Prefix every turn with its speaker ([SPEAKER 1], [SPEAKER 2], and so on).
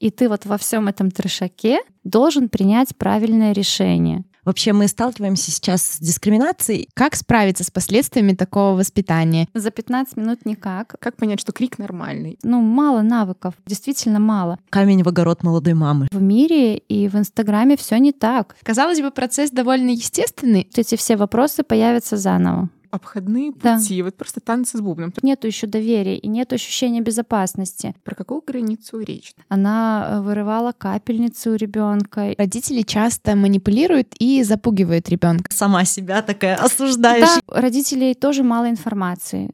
[SPEAKER 1] и ты вот во всем этом трешаке должен принять правильное решение.
[SPEAKER 2] Вообще мы сталкиваемся сейчас с дискриминацией.
[SPEAKER 3] Как справиться с последствиями такого воспитания?
[SPEAKER 1] За 15 минут никак.
[SPEAKER 4] Как понять, что крик нормальный?
[SPEAKER 1] Ну, мало навыков, действительно мало.
[SPEAKER 2] Камень в огород молодой мамы.
[SPEAKER 1] В мире и в Инстаграме все не так.
[SPEAKER 3] Казалось бы, процесс довольно естественный.
[SPEAKER 1] Вот Эти все вопросы появятся заново.
[SPEAKER 4] Обходные
[SPEAKER 1] Да.
[SPEAKER 4] пути, вот просто танцы с бубном.
[SPEAKER 1] Нету еще доверия и нет ощущения безопасности.
[SPEAKER 4] Про какую границу речь?
[SPEAKER 1] Она э, вырывала капельницу у ребенка.
[SPEAKER 3] Родители часто манипулируют и запугивают ребенка.
[SPEAKER 2] Сама себя такая осуждаешь.
[SPEAKER 1] Да, у родителей тоже мало информации.